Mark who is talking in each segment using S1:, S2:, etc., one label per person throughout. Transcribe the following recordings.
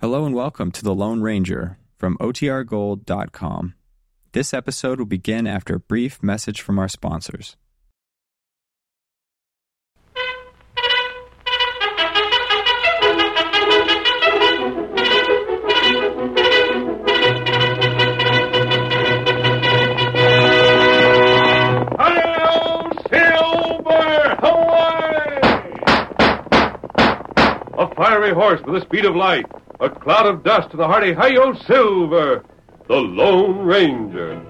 S1: Hello and welcome to The Lone Ranger from OTRGold.com. This episode will begin after a brief message from our sponsors.
S2: Hail, Silver! Away! A fiery horse with the speed of light, a cloud of dust to the hearty Hail, Silver! The Lone Ranger.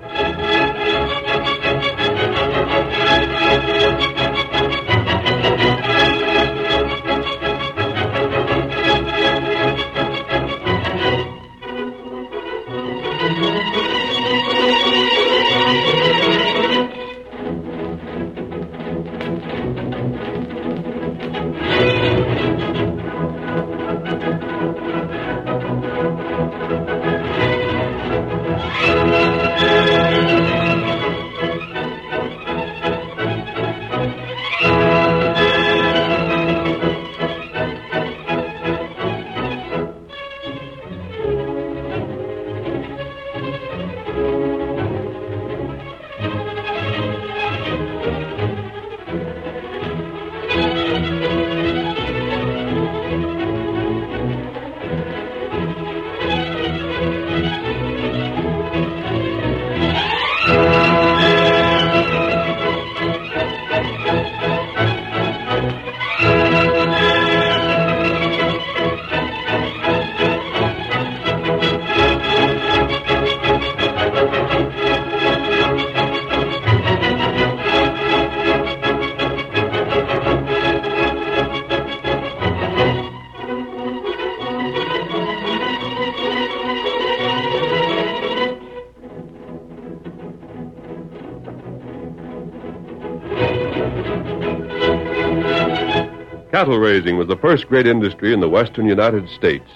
S2: Cattle raising was the first great industry in the western United States.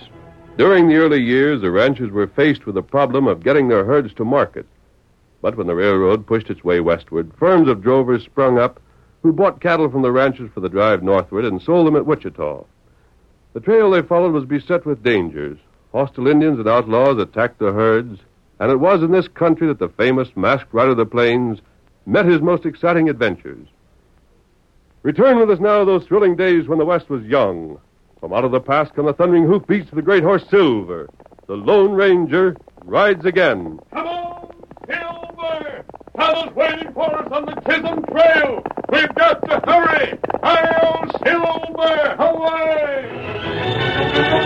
S2: During the early years, the ranchers were faced with the problem of getting their herds to market. But when the railroad pushed its way westward, firms of drovers sprung up who bought cattle from the ranchers for the drive northward and sold them at Wichita. The trail they followed was beset with dangers. Hostile Indians and outlaws attacked the herds, and it was in this country that the famous masked rider of the plains met his most exciting adventures. Return with us now to those thrilling days when the West was young. From out of the past come the thundering hoofbeats of the great horse Silver. The Lone Ranger rides again. Come on, Silver! Saddle's waiting for us on the Chisholm Trail! We've got to hurry! Hail, Silver! Away!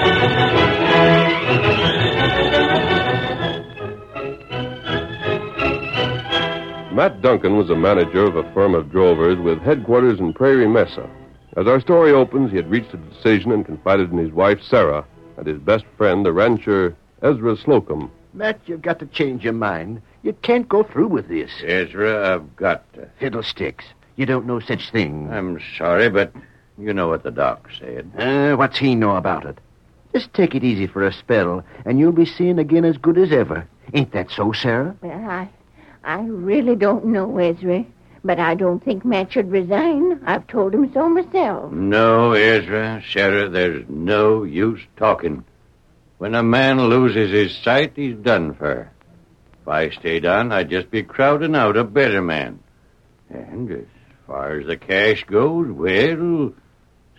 S2: Matt Duncan was a manager of a firm of drovers with headquarters in Prairie Mesa. As our story opens, he had reached a decision and confided in his wife, Sarah, and his best friend, the rancher Ezra Slocum.
S3: Matt, you've got to change your mind. You can't go through with this.
S4: Ezra, I've got to.
S3: Fiddlesticks. You don't know such thing.
S4: I'm sorry, but you know what the doc said.
S3: Uh, what's he know about it? Just take it easy for a spell, and you'll be seeing again as good as ever. Ain't that so, Sarah?
S5: Well, I, I really don't know, Ezra. But I don't think Matt should resign. I've told him so myself.
S4: No, Ezra, Sarah, there's no use talking. When a man loses his sight, he's done for. If I stayed on, I'd just be crowding out a better man. And as far as the cash goes, well,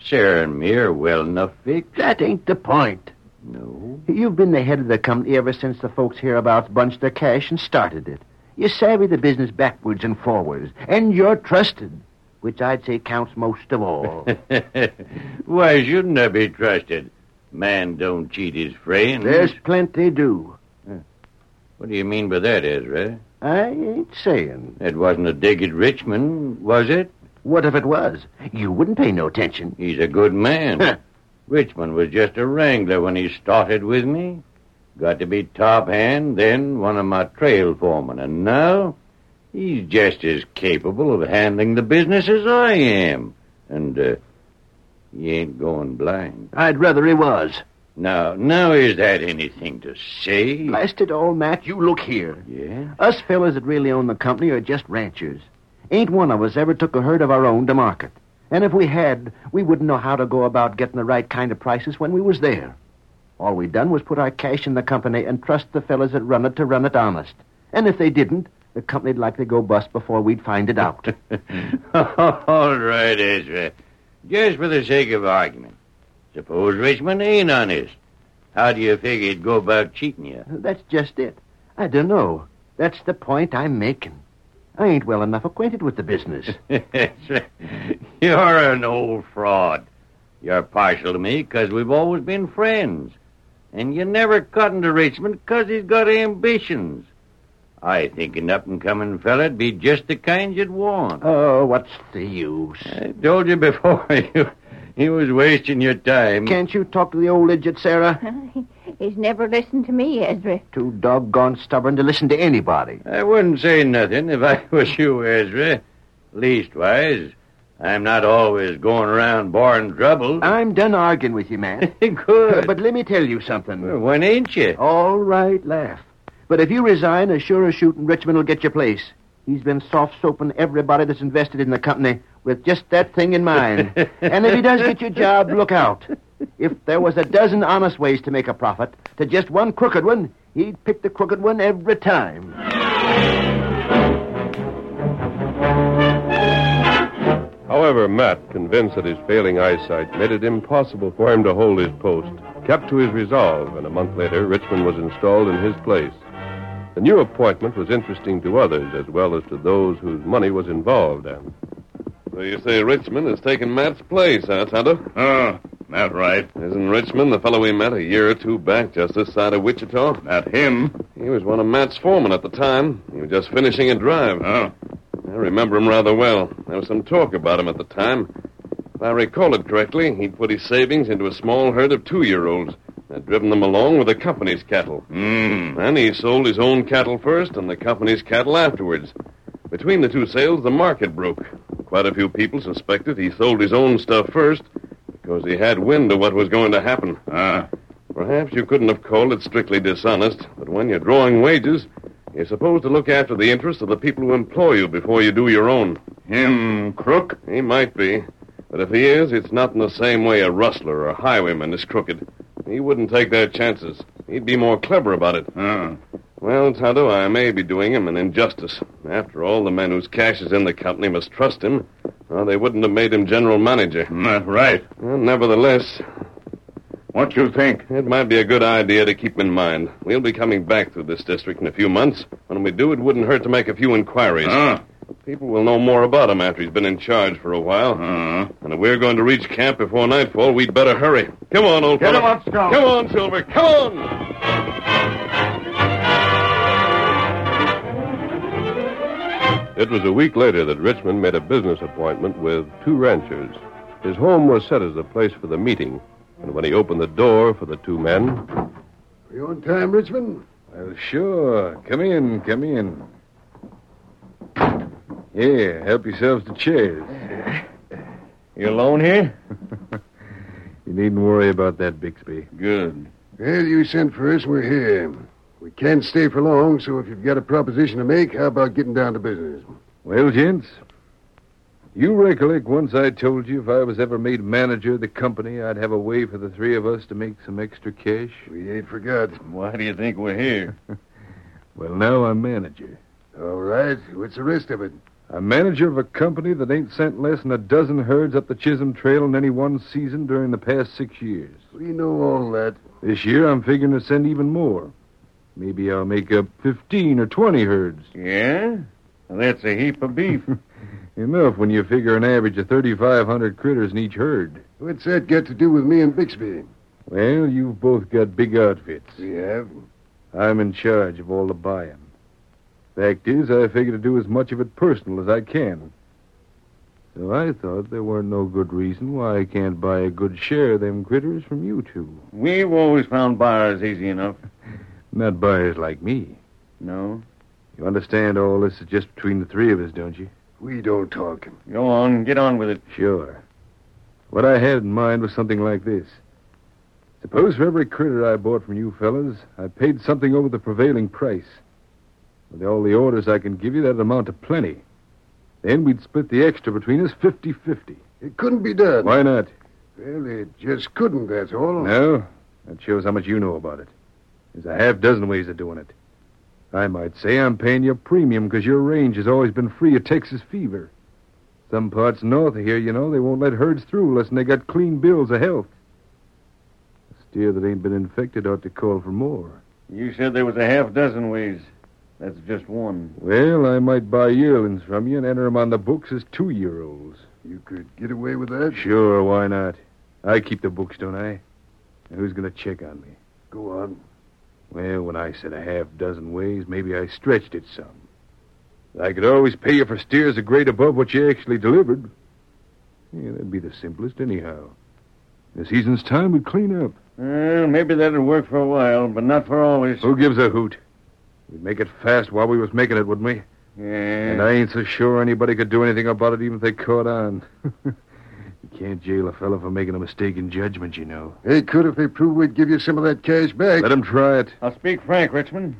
S4: Sarah and me are well enough fixed.
S3: That ain't the point.
S4: No.
S3: You've been the head of the company ever since the folks hereabouts bunched their cash and started it. You savvy the business backwards and forwards, and you're trusted, which I'd say counts most of all.
S4: Why shouldn't I be trusted? Man don't cheat his friends.
S3: There's plenty do.
S4: What do you mean by that, Ezra?
S3: I ain't saying.
S4: It wasn't a dig at Richmond, was it?
S3: What if it was? You wouldn't pay no attention.
S4: He's a good man. Richmond was just a wrangler when he started with me. Got to be top hand, then one of my trail foremen, and now he's just as capable of handling the business as I am. And uh, he ain't going blind.
S3: I'd rather he was.
S4: Now, now is that anything to say?
S3: Blast it all, Matt, you look here.
S4: Yeah.
S3: Us fellas that really own the company are just ranchers. Ain't one of us ever took a herd of our own to market. And if we had, we wouldn't know how to go about getting the right kind of prices when we was there. All we done was put our cash in the company and trust the fellas that run it to run it honest. And if they didn't, the company'd likely go bust before we'd find it out.
S4: All right, Ezra. Just for the sake of argument. Suppose Richmond ain't honest. How do you figure he'd go about cheating you?
S3: That's just it. I don't know. That's the point I'm making. I ain't well enough acquainted with the business.
S4: Ezra, You're an old fraud. You're partial to me 'cause we've always been friends. And you never cut into Richmond 'cause he's got ambitions. I think an up and coming fella'd be just the kind you'd want.
S3: Oh, what's the use?
S4: I told you before, you, he was wasting your time.
S3: Can't you talk to the old idiot, Sarah?
S5: He's never listened to me, Ezra.
S3: Too doggone stubborn to listen to anybody.
S4: I wouldn't say nothing if I was you, Ezra. Leastwise, I'm not always going around barring trouble.
S3: I'm done arguing with you, man.
S4: Good.
S3: but let me tell you something.
S4: Well, when ain't you?
S3: All right, laugh. But if you resign, as sure as shooting, Richmond will get your place. He's been soft soaping everybody that's invested in the company with just that thing in mind. and if he does get your job, look out. If there was a dozen honest ways to make a profit to just one crooked one, he'd pick the crooked one every time.
S2: However, Matt, convinced that his failing eyesight made it impossible for him to hold his post, kept to his resolve, and a month later, Richmond was installed in his place. The new appointment was interesting to others as well as to those whose money was involved in.
S6: So you say Richmond has taken Matt's place, huh, Tonto?
S7: Oh, not right.
S6: Isn't Richmond the fellow we met a year or two back just this side of Wichita?
S7: Not him.
S6: He was one of Matt's foremen at the time. He was just finishing a drive.
S7: Oh,
S6: I remember him rather well. There was some talk about him at the time. If I recall it correctly, he'd put his savings into a small herd of two-year-olds and had driven them along with the company's cattle.
S7: mm.
S6: Then Hmm. he sold his own cattle first and the company's cattle afterwards. Between the two sales, the market broke. Quite a few people suspected he sold his own stuff first because he had wind of what was going to happen.
S7: Ah,
S6: Perhaps you couldn't have called it strictly dishonest, but when you're drawing wages, you're supposed to look after the interests of the people who employ you before you do your own.
S7: him crook?
S6: He might be. But if he is, it's not in the same way a rustler or a highwayman is crooked. He wouldn't take their chances. He'd be more clever about it.
S7: Oh,
S6: Well, Tonto, I may be doing him an injustice. After all, the men whose cash is in the company must trust him, or they wouldn't have made him general manager.
S7: not Mm, right.
S6: Well, nevertheless,
S7: What you think?
S6: it might be a good idea to keep him in mind. We'll be coming back through this district in a few months. When we do, it wouldn't hurt to make a few inquiries.
S7: Oh,
S6: People will know more about him after he's been in charge for a while.
S7: oh.
S6: And if we're going to reach camp before nightfall, we'd better hurry. Come on, old
S7: Get
S6: fellow.
S7: him up, Scout.
S6: Come on, Silver. Come on.
S2: It was a week later that Richmond made a business appointment with two ranchers. His home was set as the place for the meeting, and when he opened the door for the two men,
S8: Are you on time, Richmond?
S9: Well, sure. Come in, come in. Yeah, help yourselves to chairs.
S4: You alone here?
S9: You needn't worry about that, Bixby.
S7: Good.
S8: Well, you sent for us. We're here. We can't stay for long, so if you've got a proposition to make, how about getting down to business?
S9: Well, gents, you recollect once I told you if I was ever made manager of the company, I'd have a way for the three of us to make some extra cash?
S8: We ain't forgot.
S7: Why do you think we're here?
S9: Well, now I'm manager.
S8: All right. What's the rest of it?
S9: I'm manager of a company that ain't sent less than a dozen herds up the Chisholm Trail in any one season during the past six years.
S8: We know all that.
S9: This year, I'm figuring to send even more. Maybe I'll make up 15 or 20 herds.
S7: Yeah? Well, that's a heap of beef.
S9: Enough when you figure an average of 3,500 critters in each herd.
S8: What's that got to do with me and Bixby?
S9: Well, you've both got big outfits.
S8: We have.
S9: I'm in charge of all the buying. Fact is, I figure to do as much of it personal as I can. So I thought there weren't no good reason why I can't buy a good share of them critters from you two.
S7: We've always found buyers easy enough.
S9: Not buyers like me.
S7: No?
S9: You understand all this is just between the three of us, don't you?
S8: We don't talk.
S7: Go on, get on with it.
S9: Sure. What I had in mind was something like this. Suppose for every critter I bought from you fellas, I paid something over the prevailing price. With all the orders I can give you, that'd amount to plenty. Then we'd split the extra between us fifty-fifty.
S8: It couldn't be done.
S9: Why not?
S8: Well, it just couldn't, that's all.
S9: No? That shows how much you know about it. There's a half dozen ways of doing it. I might say I'm paying you a premium because your range has always been free of Texas fever. Some parts north of here, you know, they won't let herds through unless they got clean bills of health. A steer that ain't been infected ought to call for more.
S7: You said there was a half dozen ways. That's just one.
S9: Well, I might buy yearlings from you and enter 'em on the books as two year olds.
S8: You could get away with that?
S9: Sure, why not? I keep the books, don't I? Now, who's going to check on me?
S8: Go on.
S9: Well, when I said a half dozen ways, maybe I stretched it some. I could always pay you for steers a grade above what you actually delivered. Yeah, that'd be the simplest, anyhow. In the season's time, we'd clean up.
S7: Well, maybe that'd work for a while, but not for always.
S9: Who gives a hoot? We'd make it fast while we was making it, wouldn't we? And
S7: Yeah.
S9: I ain't so sure anybody could do anything about it, even if they caught on. you can't jail a fellow for making a mistake in judgment, you know.
S8: They could if they proved we'd give you some of that cash back.
S9: Let 'em try it.
S7: I'll speak frank, Richmond.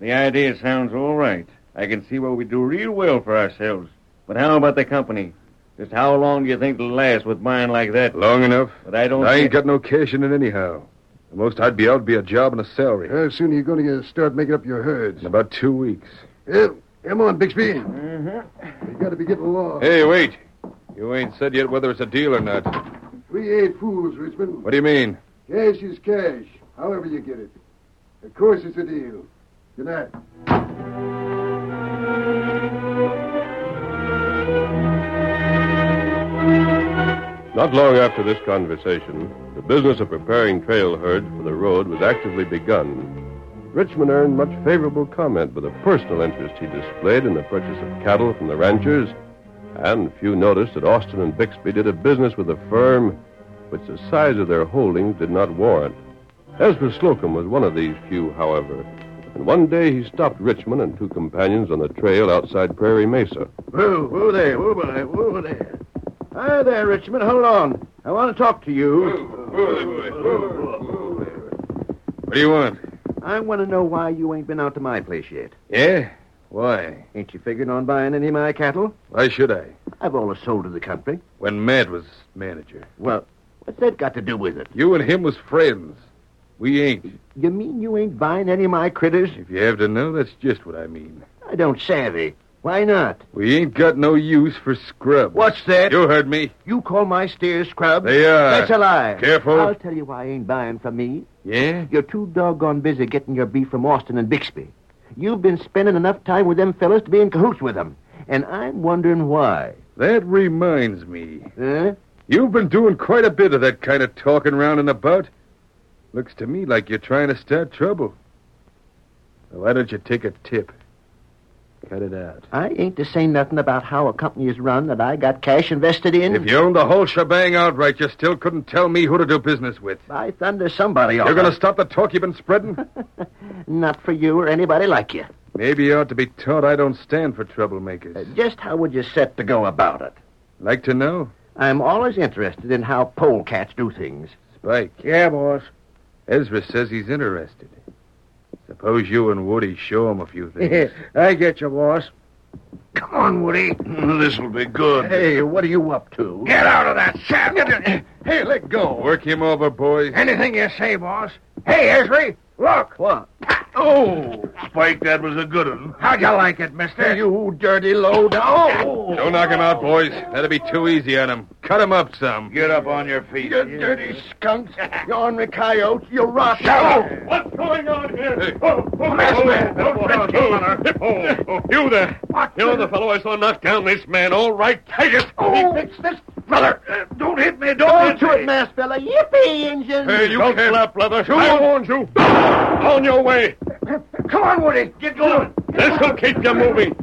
S7: The idea sounds all right. I can see where we do real well for ourselves. But how about the company? Just how long do you think it'll last with buying like that?
S9: Long enough.
S7: But I don't.
S9: I ain't
S7: thi-
S9: got no cash in it anyhow. The most I'd be out would be a job and a salary.
S8: How soon are you going to uh, start making up your herds?
S9: In about two weeks.
S8: Well, come on, Bixby. Mm-hmm. We got to be getting along.
S9: Hey, wait. You ain't said yet whether it's a deal or not.
S8: We ain't fools, Richmond.
S9: What do you mean?
S8: Cash is cash, however you get it. Of course it's a deal. Good night.
S2: Not long after this conversation, the business of preparing trail herds for the road was actively begun. Richmond earned much favorable comment for the personal interest he displayed in the purchase of cattle from the ranchers, and few noticed that Austin and Bixby did a business with a firm which the size of their holdings did not warrant. Ezra Slocum was one of these few, however, and one day he stopped Richmond and two companions on the trail outside Prairie Mesa.
S3: Whoa, whoa there, whoa there, whoa there. Hi there, Richmond. Hold on. I want to talk to you.
S9: What do you want?
S3: I want to know why you ain't been out to my place yet.
S9: Yeah? Why?
S3: Ain't you figured on buying any of my cattle?
S9: Why should I?
S3: I've always sold to the country.
S9: When Matt was manager.
S3: Well, what's that got to do with it?
S9: You and him was friends. We ain't.
S3: You mean you ain't buying any of my critters?
S9: If you have to know, that's just what I mean.
S3: I don't savvy. Why not?
S9: We ain't got no use for scrubs.
S3: What's that?
S9: You heard me.
S3: You call my steers scrub?
S9: They are.
S3: That's a lie.
S9: Careful.
S3: I'll tell you why you ain't buying from me.
S9: Yeah?
S3: You're too doggone busy getting your beef from Austin and Bixby. You've been spending enough time with them fellas to be in cahoots with them. And I'm wondering why.
S9: That reminds me.
S3: Huh?
S9: You've been doing quite a bit of that kind of talking round and about. Looks to me like you're trying to start trouble. Now, why don't you take a tip? Cut it out.
S3: I ain't to say nothing about how a company is run that I got cash invested in.
S9: If you owned the whole shebang outright, you still couldn't tell me who to do business with.
S3: By thunder, somebody ought
S9: You're going to stop the talk you've been spreading?
S3: Not for you or anybody like you.
S9: Maybe you ought to be taught I don't stand for troublemakers.
S3: Uh, Just how would you set to go about it?
S9: like to know?
S3: I'm always interested in how polecats do things.
S9: Spike.
S7: Yeah, boss.
S9: Ezra says he's interested. Suppose you and Woody show him a few things.
S7: I get you, boss.
S3: Come on, Woody.
S6: This'll be good.
S3: Hey, what are you up to?
S7: Get out of that saddle.
S9: hey, let go. Work him over, boys.
S7: Anything you say, boss. Hey, Esri, look.
S3: What?
S6: Oh, Spike, that was a good one.
S7: How'd you like it, mister?
S3: You dirty low down.
S9: Don't knock him out, boys. That'll be too easy on him. Cut him up some.
S7: Get up on your feet.
S3: You dirty skunks. You ornery coyotes. You rot. Shout
S6: What's going on here? Oh, oh, you there. You're the fellow I saw knock down this man. All right, Titus.
S3: Oh, fix this.
S6: brother, Uh, don't hit me.
S3: Go to it, mass fella. Yippee, engine.
S6: Hey, you don't can't. slap, brother. I warned you. On your way.
S3: Come on, Woody. Get going.
S6: This'll keep you moving.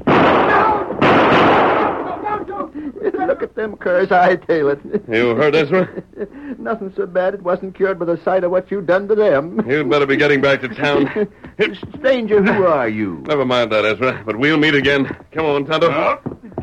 S3: Look at them curs I tail it.
S6: You heard Ezra?
S3: Nothing so bad it wasn't cured by the sight of what you done to them.
S6: You'd better be getting back to town.
S3: Stranger, who are you?
S6: Never mind that, Ezra. But we'll meet again. Come on, Tonto.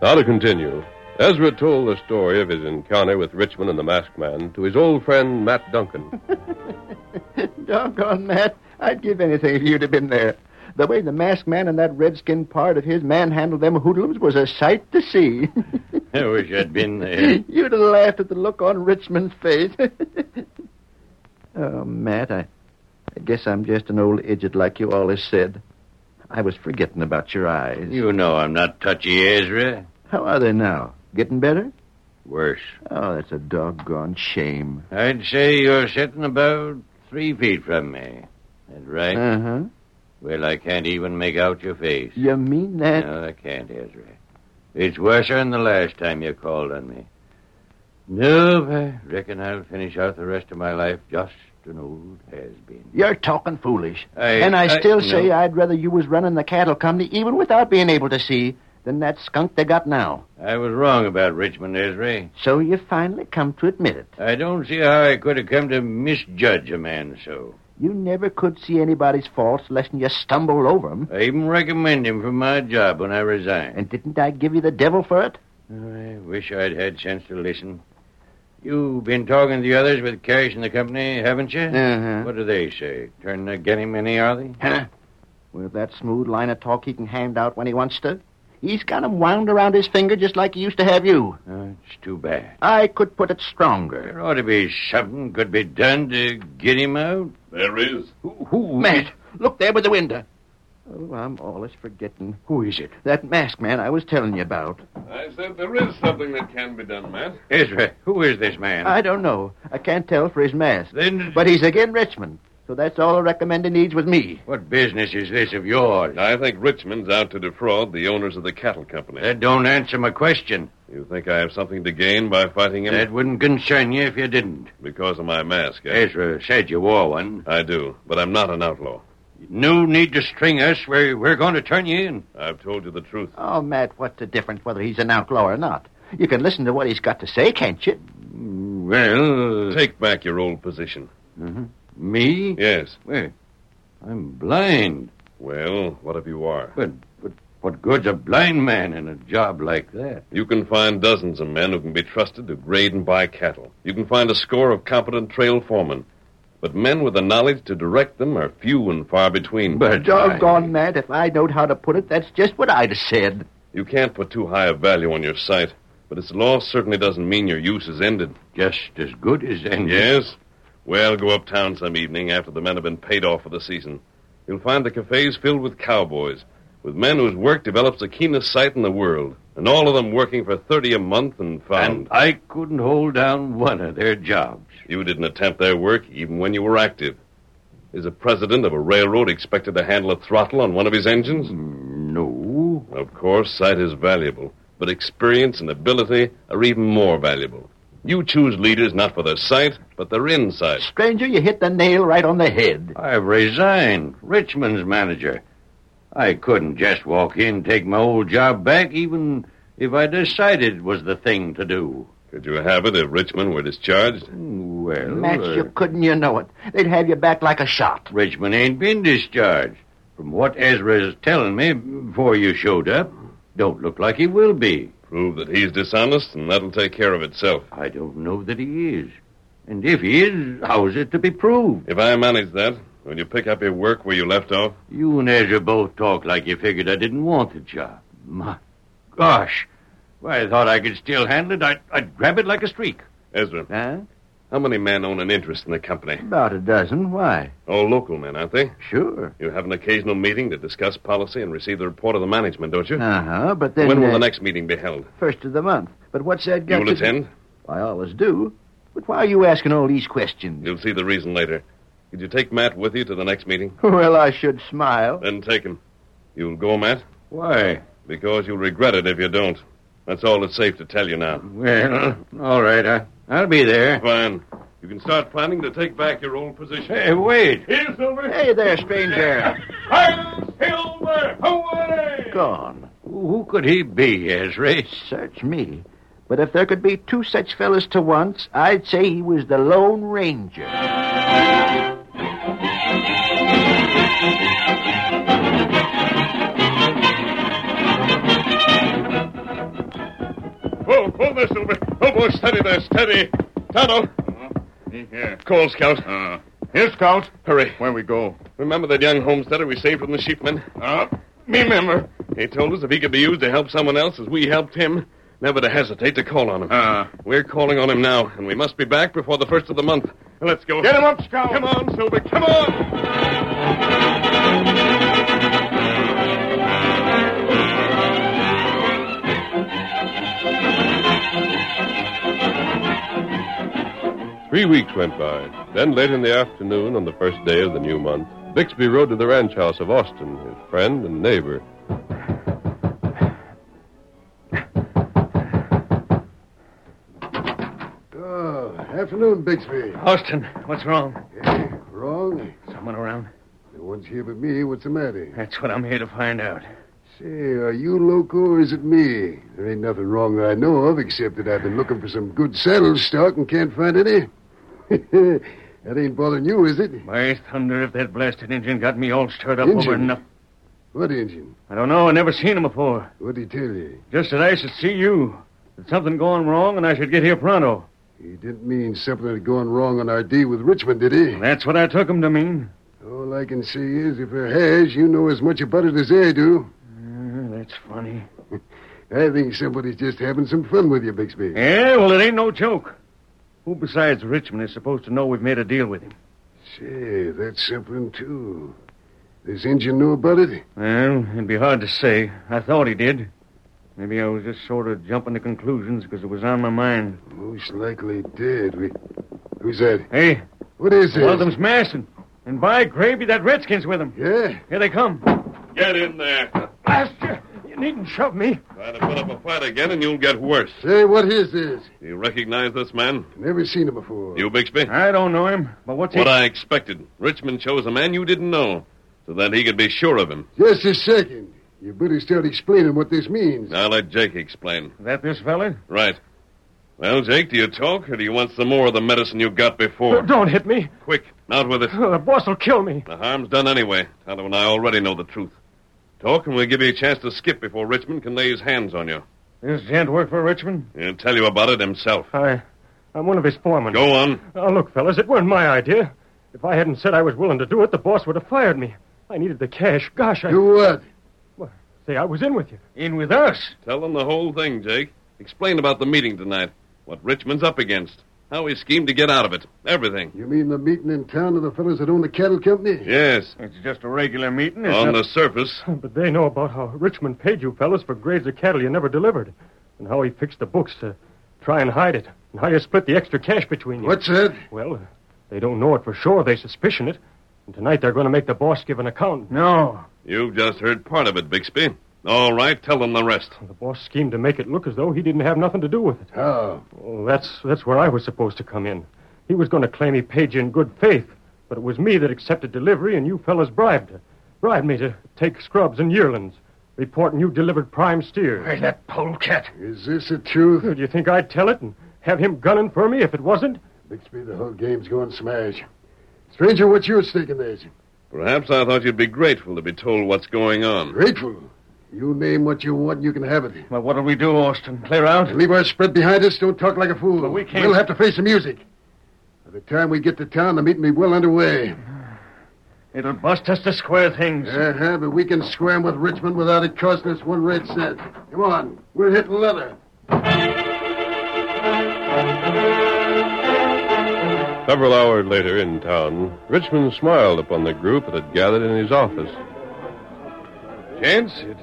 S2: Now to continue. Ezra told the story of his encounter with Richmond and the Masked Man to his old friend Matt Duncan.
S3: Doggone, Matt. I'd give anything if you'd have been there. The way the masked man and that redskin part of his manhandled them hoodlums was a sight to see.
S4: I wish I'd been there.
S3: You'd have laughed at the look on Richmond's face. oh, Matt, I, I guess I'm just an old idiot like you always said. I was forgetting about your eyes.
S4: You know I'm not touchy, Ezra.
S3: How are they now? Getting better?
S4: Worse.
S3: Oh, that's a doggone shame.
S4: I'd say you're sitting about three feet from me. That right?
S3: Uh huh.
S4: Well, I can't even make out your face.
S3: You mean that?
S4: No, I can't, Ezra. It's worse than the last time you called on me. Nope, I reckon I'll finish out the rest of my life just an old has-been.
S3: You're talking foolish.
S4: I,
S3: and I, still say
S4: no,
S3: I'd rather you was running the cattle company even without being able to see than that skunk they got now.
S4: I was wrong about Richmond, Ezra.
S3: So you finally come to admit it.
S4: I don't see how I could have come to misjudge a man so.
S3: You never could see anybody's faults unless you stumbled over 'em.
S4: I even recommend him for my job when I resigned.
S3: And didn't I give you the devil for it?
S4: I wish I'd had sense to listen. You've been talking to the others with Cash and the company, haven't you?
S3: Uh-huh.
S4: What do they say? Turning again him any, are they?
S3: Huh? With that smooth line of talk he can hand out when he wants to. He's got 'em wound around his finger just like he used to have you.
S4: Oh, it's too bad.
S3: I could put it stronger.
S4: There ought to be something could be done to get him out.
S6: There is.
S3: Who? Matt, look there by the window. Oh, I'm always forgetting. Who is it? That masked man I was telling you about.
S6: I said there is something that can be done, Matt.
S4: Ezra, who is this man?
S3: I don't know. I can't tell for his mask.
S4: Then
S3: But he's again Richmond, so that's all I recommend he needs with me.
S4: what business is this of yours?
S6: I think Richmond's out to defraud the owners of the cattle company.
S4: That don't answer my question.
S6: You think I have something to gain by fighting him?
S4: That wouldn't concern you if you didn't.
S6: Because of my mask, eh?
S4: Ezra said you wore one.
S6: I do, but I'm not an outlaw.
S4: No need to string us. We're, we're going to turn you in.
S6: I've told you the truth.
S3: Oh, Matt, what's the difference whether he's an outlaw or not? You can listen to what he's got to say, can't you?
S4: Well, uh, Mm-hmm.
S6: Take back your old position.
S4: me?
S6: Yes.
S4: Wait, I'm blind.
S6: Well, what if you are?
S4: But, but what good's a blind man in a job like that?
S6: You can find dozens of men who can be trusted to grade and buy cattle. You can find a score of competent trail foremen. But men with the knowledge to direct them are few and far between.
S4: But
S3: Doggone, Matt, if I knowed how to put it, that's just what I'd have said.
S6: You can't put too high a value on your sight. But its loss certainly doesn't mean your use is ended.
S4: Just as good as any.
S6: Yes? Well, go uptown some evening after the men have been paid off for the season. You'll find the cafes filled with cowboys, with men whose work develops the keenest sight in the world, and all of them working for 30 a month and found.
S4: And I couldn't hold down one of their jobs.
S6: You didn't attempt their work even when you were active. Is a president of a railroad expected to handle a throttle on one of his engines?
S4: No.
S6: Of course, sight is valuable, but experience and ability are even more valuable. You choose leaders not for their sight, but their insight.
S3: Stranger, you hit the nail right on the head.
S4: I've resigned. Richmond's manager. I couldn't just walk in, take my old job back, even if I decided it was the thing to do.
S6: Could you have it if Richmond were discharged?
S4: Well,
S3: Matt,
S4: uh,
S3: you couldn't, you know it. They'd have you back like a shot.
S4: Richmond ain't been discharged. From what Ezra's telling me before you showed up, don't look like he will be.
S6: Prove that he's dishonest, and that'll take care of itself.
S4: I don't know that he is. And if he is, how's it to be proved?
S6: If I manage that, Will you pick up your work where you left off?
S4: You and Ezra both talk like you figured I didn't want the job. My gosh. Why, I thought I could still handle it. I'd, I'd grab it like a streak.
S6: Ezra,
S4: Huh?
S6: how many men own an interest in the company?
S4: About a dozen. Why?
S6: All local men, aren't they?
S4: Sure.
S6: You have an occasional meeting to discuss policy and receive the report of the management, don't you?
S3: Uh
S4: Uh-huh.
S3: huh. But then.
S6: when will
S3: uh,
S6: the next meeting be held?
S3: First of the month. But what's that got
S6: You'll
S3: to
S6: attend.
S3: I always do. But why are you asking all these questions?
S6: You'll see the reason later. Could you take Matt with you to the next meeting?
S3: Well, I should smile.
S6: Then take him. You'll go, Matt,
S4: Why?
S6: because you'll regret it if you don't. That's all it's safe to tell you now.
S4: Well, all right. I, I'll be there.
S6: Fine. You can start planning to take back your old position.
S4: Hey, wait.
S6: Here, Silver.
S3: Hey there, stranger.
S6: Hi, Silver. Away.
S3: Gone.
S4: Who could he be, Ezra?
S3: Search me. But if there could be two such fellas to once, I'd say he was the Lone Ranger.
S6: Whoa, hold there, Silver. Oh, boy, steady there, steady. Tonto,
S10: Uh-huh.
S7: Here.
S6: call Scout.
S7: Uh, here, Scout.
S6: Hurry.
S7: Where we go?
S6: Remember that young homesteader we saved from the sheepmen?
S7: Uh,
S6: Me member. He told us if he could be used to help someone else as we helped him, never to hesitate to call on him.
S7: Uh.
S6: We're calling on him now, and we must be back before the first of the month. Let's go.
S7: Get him up, Scout.
S6: Come on, Silver. Come on. Three weeks went by. Then, late in the afternoon, on the first day of the new month, Bixby rode to the ranch house of Austin, his friend and neighbor.
S8: Oh, afternoon, Bixby.
S7: Austin, what's wrong?
S8: Hey, wrong?
S7: Someone around?
S8: No one's here but me. What's the matter?
S7: That's what I'm here to find out.
S8: Say, are you loco or is it me? There ain't nothing wrong that I know of, except that I've been looking for some good saddle stock and can't find any. that ain't bothering you, is it?
S7: By thunder, if that blasted engine got me all stirred up over
S8: Engine?
S7: enough.
S8: What engine?
S7: I don't know. I never seen him before.
S8: What'd he tell you?
S7: Just that I should see you. There's something going wrong, and I should get here pronto.
S8: He didn't mean something had gone wrong on our deal with Richmond, did he?
S7: That's what I took him to mean.
S8: All I can say is, if there has, you know as much about it as I do.
S7: Uh, that's funny.
S8: I think somebody's just having some fun with you, Bixby.
S7: Yeah, well, it ain't no joke. Who besides Richmond is supposed to know we've made a deal with him?
S8: Say, that's something, too. This engine knew about it?
S7: Well, it'd be hard to say. I thought he did. Maybe I was just sort of jumping to conclusions because it was on my mind.
S8: Most likely it did. We... Who's that?
S7: Hey,
S8: What is this?
S7: one of them's Masson. And by gravy, that Redskin's with him.
S8: Yeah?
S7: Here they come.
S6: Get in there.
S7: Master, you needn't shove me.
S6: Try to put up a fight again, and you'll get worse.
S8: Say, what is this?
S6: Do you recognize this man?
S8: Never seen him before.
S6: You, Bixby?
S7: I don't know him, but what's
S6: What
S7: he...
S6: I expected. Richmond chose a man you didn't know, so that he could be sure of him.
S8: Just a second. You better start explaining what this means.
S6: Now let Jake explain.
S7: That this fella?
S6: Right. Well, Jake, do you talk, or do you want some more of the medicine you got before?
S7: Don't hit me.
S6: Quick, out with it.
S7: The boss will kill me.
S6: The harm's done anyway. Tonto and I already know the truth. Talk, and we'll give you a chance to skip before Richmond can lay his hands on you.
S7: This gent work for Richmond?
S6: He'll tell you about it himself.
S7: I, I'm one of his foremen.
S6: Go on.
S7: Now, look, fellas, it weren't my idea. If I hadn't said I was willing to do it, the boss would have fired me. I needed the cash. Gosh, I
S8: Do what?
S7: say I was in with you. In with us?
S6: Tell them the whole thing, Jake. Explain about the meeting tonight. What Richmond's up against. How he schemed to get out of it. Everything.
S8: You mean the meeting in town of the fellas that own the cattle company?
S6: Yes.
S7: It's just a regular meeting.
S6: On the surface,
S7: But they know about how Richmond paid you fellas for grades of cattle you never delivered, and how he fixed the books to try and hide it, and how you split the extra cash between you.
S8: What's that?
S7: Well, uh, they don't know it for sure. They suspicion it. And tonight they're going to make the boss give an account. No.
S6: You've just heard part of it, Bixby. All right, tell them the rest.
S7: The boss schemed to make it look as though he didn't have nothing to do with it.
S8: How?
S7: Well, that's that's where I was supposed to come in. He was going to claim he paid you in good faith, but it was me that accepted delivery, and you fellas bribed bribed me to take scrubs and yearlings, reporting you delivered prime steers. Where's that polecat?
S8: Is this the truth?
S7: Do you think I'd tell it and have him gunning for me if it wasn't?
S8: Bixby, the whole game's going smash. Stranger, what's your stake in this?
S6: Perhaps I thought you'd be grateful to be told what's going on.
S8: Grateful. You name what you want, you can have it.
S7: Well, what'll we do, Austin? Clear out?
S8: And leave our spread behind us. Don't talk like a fool.
S7: But we can't-
S8: We'll have to face the music. By the time we get to town, the meeting will be well underway.
S11: It'll bust us to square things.
S8: Uh-huh, but we can square 'em with Richmond without it costing us one red cent. Come on, we're hitting leather.
S2: Several hours later in town, Richmond smiled upon the group that had gathered in his office.
S9: Gents, it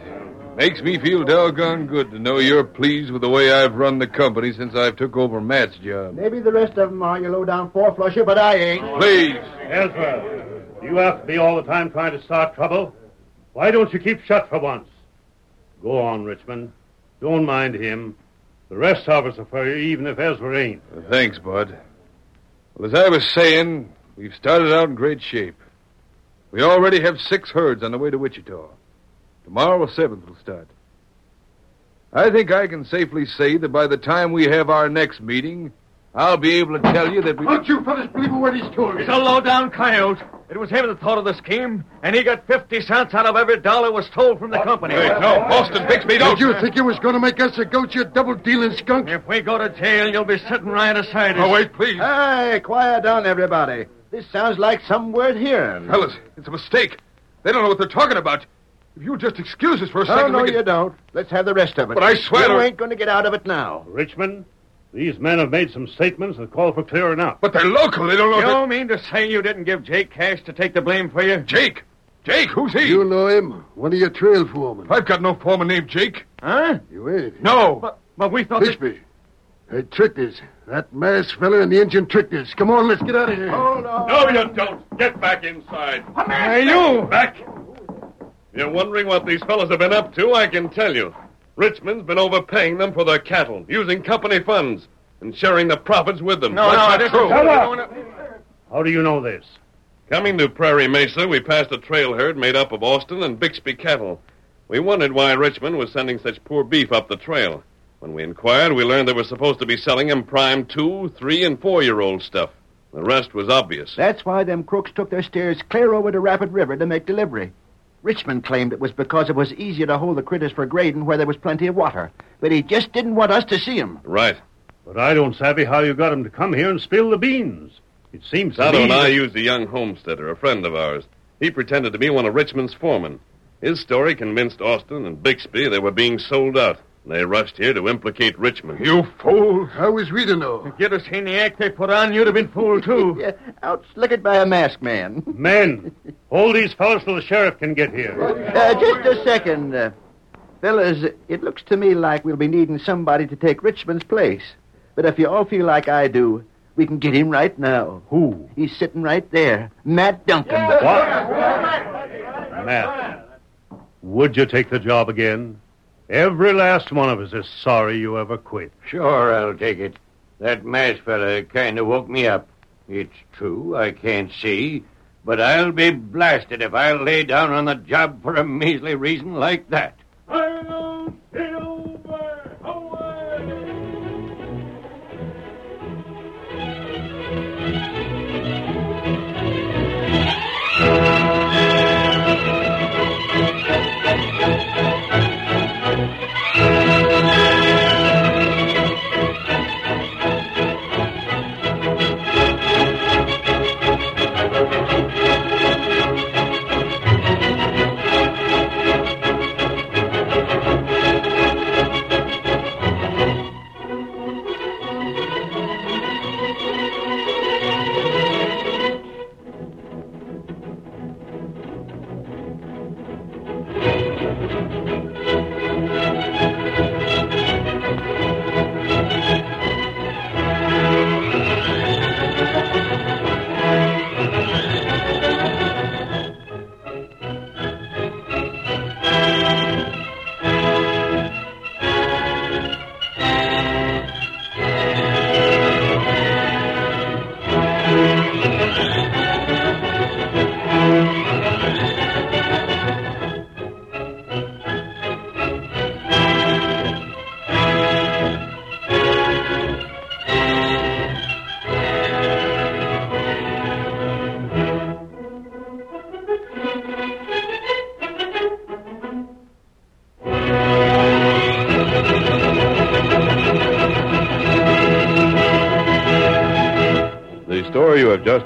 S9: makes me feel doggone good to know you're pleased with the way I've run the company since I've took over Matt's job.
S3: Maybe the rest of them are, you low-down four-flusher, but I ain't.
S9: Please.
S11: Ezra, you have to be all the time trying to start trouble. Why don't you keep shut for once? Go on, Richmond. Don't mind him. The rest of us are for you, even if Ezra ain't.
S9: Thanks, Bud. Well, as I was saying, we've started out in great shape. We already have six herds on the way to Wichita. Tomorrow, a seventh will start. I think I can safely say that by the time we have our next meeting, I'll be able to tell you that we.
S8: Don't you fellas believe a word he's told me.
S10: He's a low-down coyote. It was him that thought of the scheme, and he got 50 cents out of every dollar was stole from the company.
S9: Hey, no, Boston, Bixby,
S8: Did
S9: don't.
S8: you think you was going to make us a goat, you double-dealing skunk?
S10: If we go to jail, you'll be sitting right aside us.
S9: Oh, wait, please.
S3: Hey, quiet down, everybody. This sounds like some word hearing.
S9: Fellas, it's a mistake. They don't know what they're talking about. If you'll just excuse us for a
S3: Oh,
S9: second.
S3: no,
S9: we can...
S3: you don't. Let's have the rest of it.
S9: But I swear
S3: You
S9: to-
S3: ain't going to get out of it now.
S11: Richmond, these men have made some statements that call for clearing up.
S9: But they're local. They don't know.
S10: You
S9: if
S10: mean to say you didn't give Jake cash to take the blame for you?
S9: they- Jake. Jake, who's he?
S8: You know him, one of your trail foremen.
S9: I've got no foreman named Jake.
S10: Huh?
S8: You ain't.
S9: No.
S10: But, but we thought that...
S8: Bixby, they tricked us. That masked fella and the engine tricked us. Come on, let's get out of here.
S10: Oh.
S8: Hold on.
S6: No, you don't. Get back inside.
S10: Hey, you!
S6: Back. You're wondering what these fellas have been up to, I can tell you. Richmond's been overpaying them for their cattle, using company funds, and sharing the profits with them.
S10: No, no, this is...
S11: Shut up! How do you know this?
S6: Coming to Prairie Mesa, we passed a trail herd made up of Austin and Bixby cattle. We wondered why Richmond was sending such poor beef up the trail. When we inquired, we learned they were supposed to be selling them prime two, three, and four year old stuff. The rest was obvious.
S3: That's why them crooks took their steers clear over to Rapid River to make delivery. Richmond claimed it was because it was easier to hold the critters for grading where there was plenty of water, but he just didn't want us to see 'em.
S6: Right.
S11: But I don't savvy how you got him to come here and spill the beans. It seems to
S6: Sato
S11: me...
S6: and I
S11: that-
S6: used a young homesteader, a friend of ours. He pretended to be one of Richmond's foremen. His story convinced Austin and Bixby they were being sold out. They rushed here to implicate Richmond.
S9: You fool.
S8: How was we to know?
S10: You'd have seen the act they put on, you'd have been fooled, too.
S3: Yeah, out slickered by a masked man.
S11: Men, hold these fellas till the sheriff can get here.
S3: Uh, just a second. Uh, fellas, it looks to me like we'll be needing somebody to take Richmond's place. But if you all feel like I do, we can get him right now.
S11: Who?
S3: He's sitting right there, Matt Duncan.
S11: Matt. Would you take the job again? Every last one of us is sorry you ever quit.
S4: Sure, I'll take it. That masked fella kind of woke me up. It's true, I can't see, but I'll be blasted if I lay down on the job for a measly reason like that.
S2: story you have just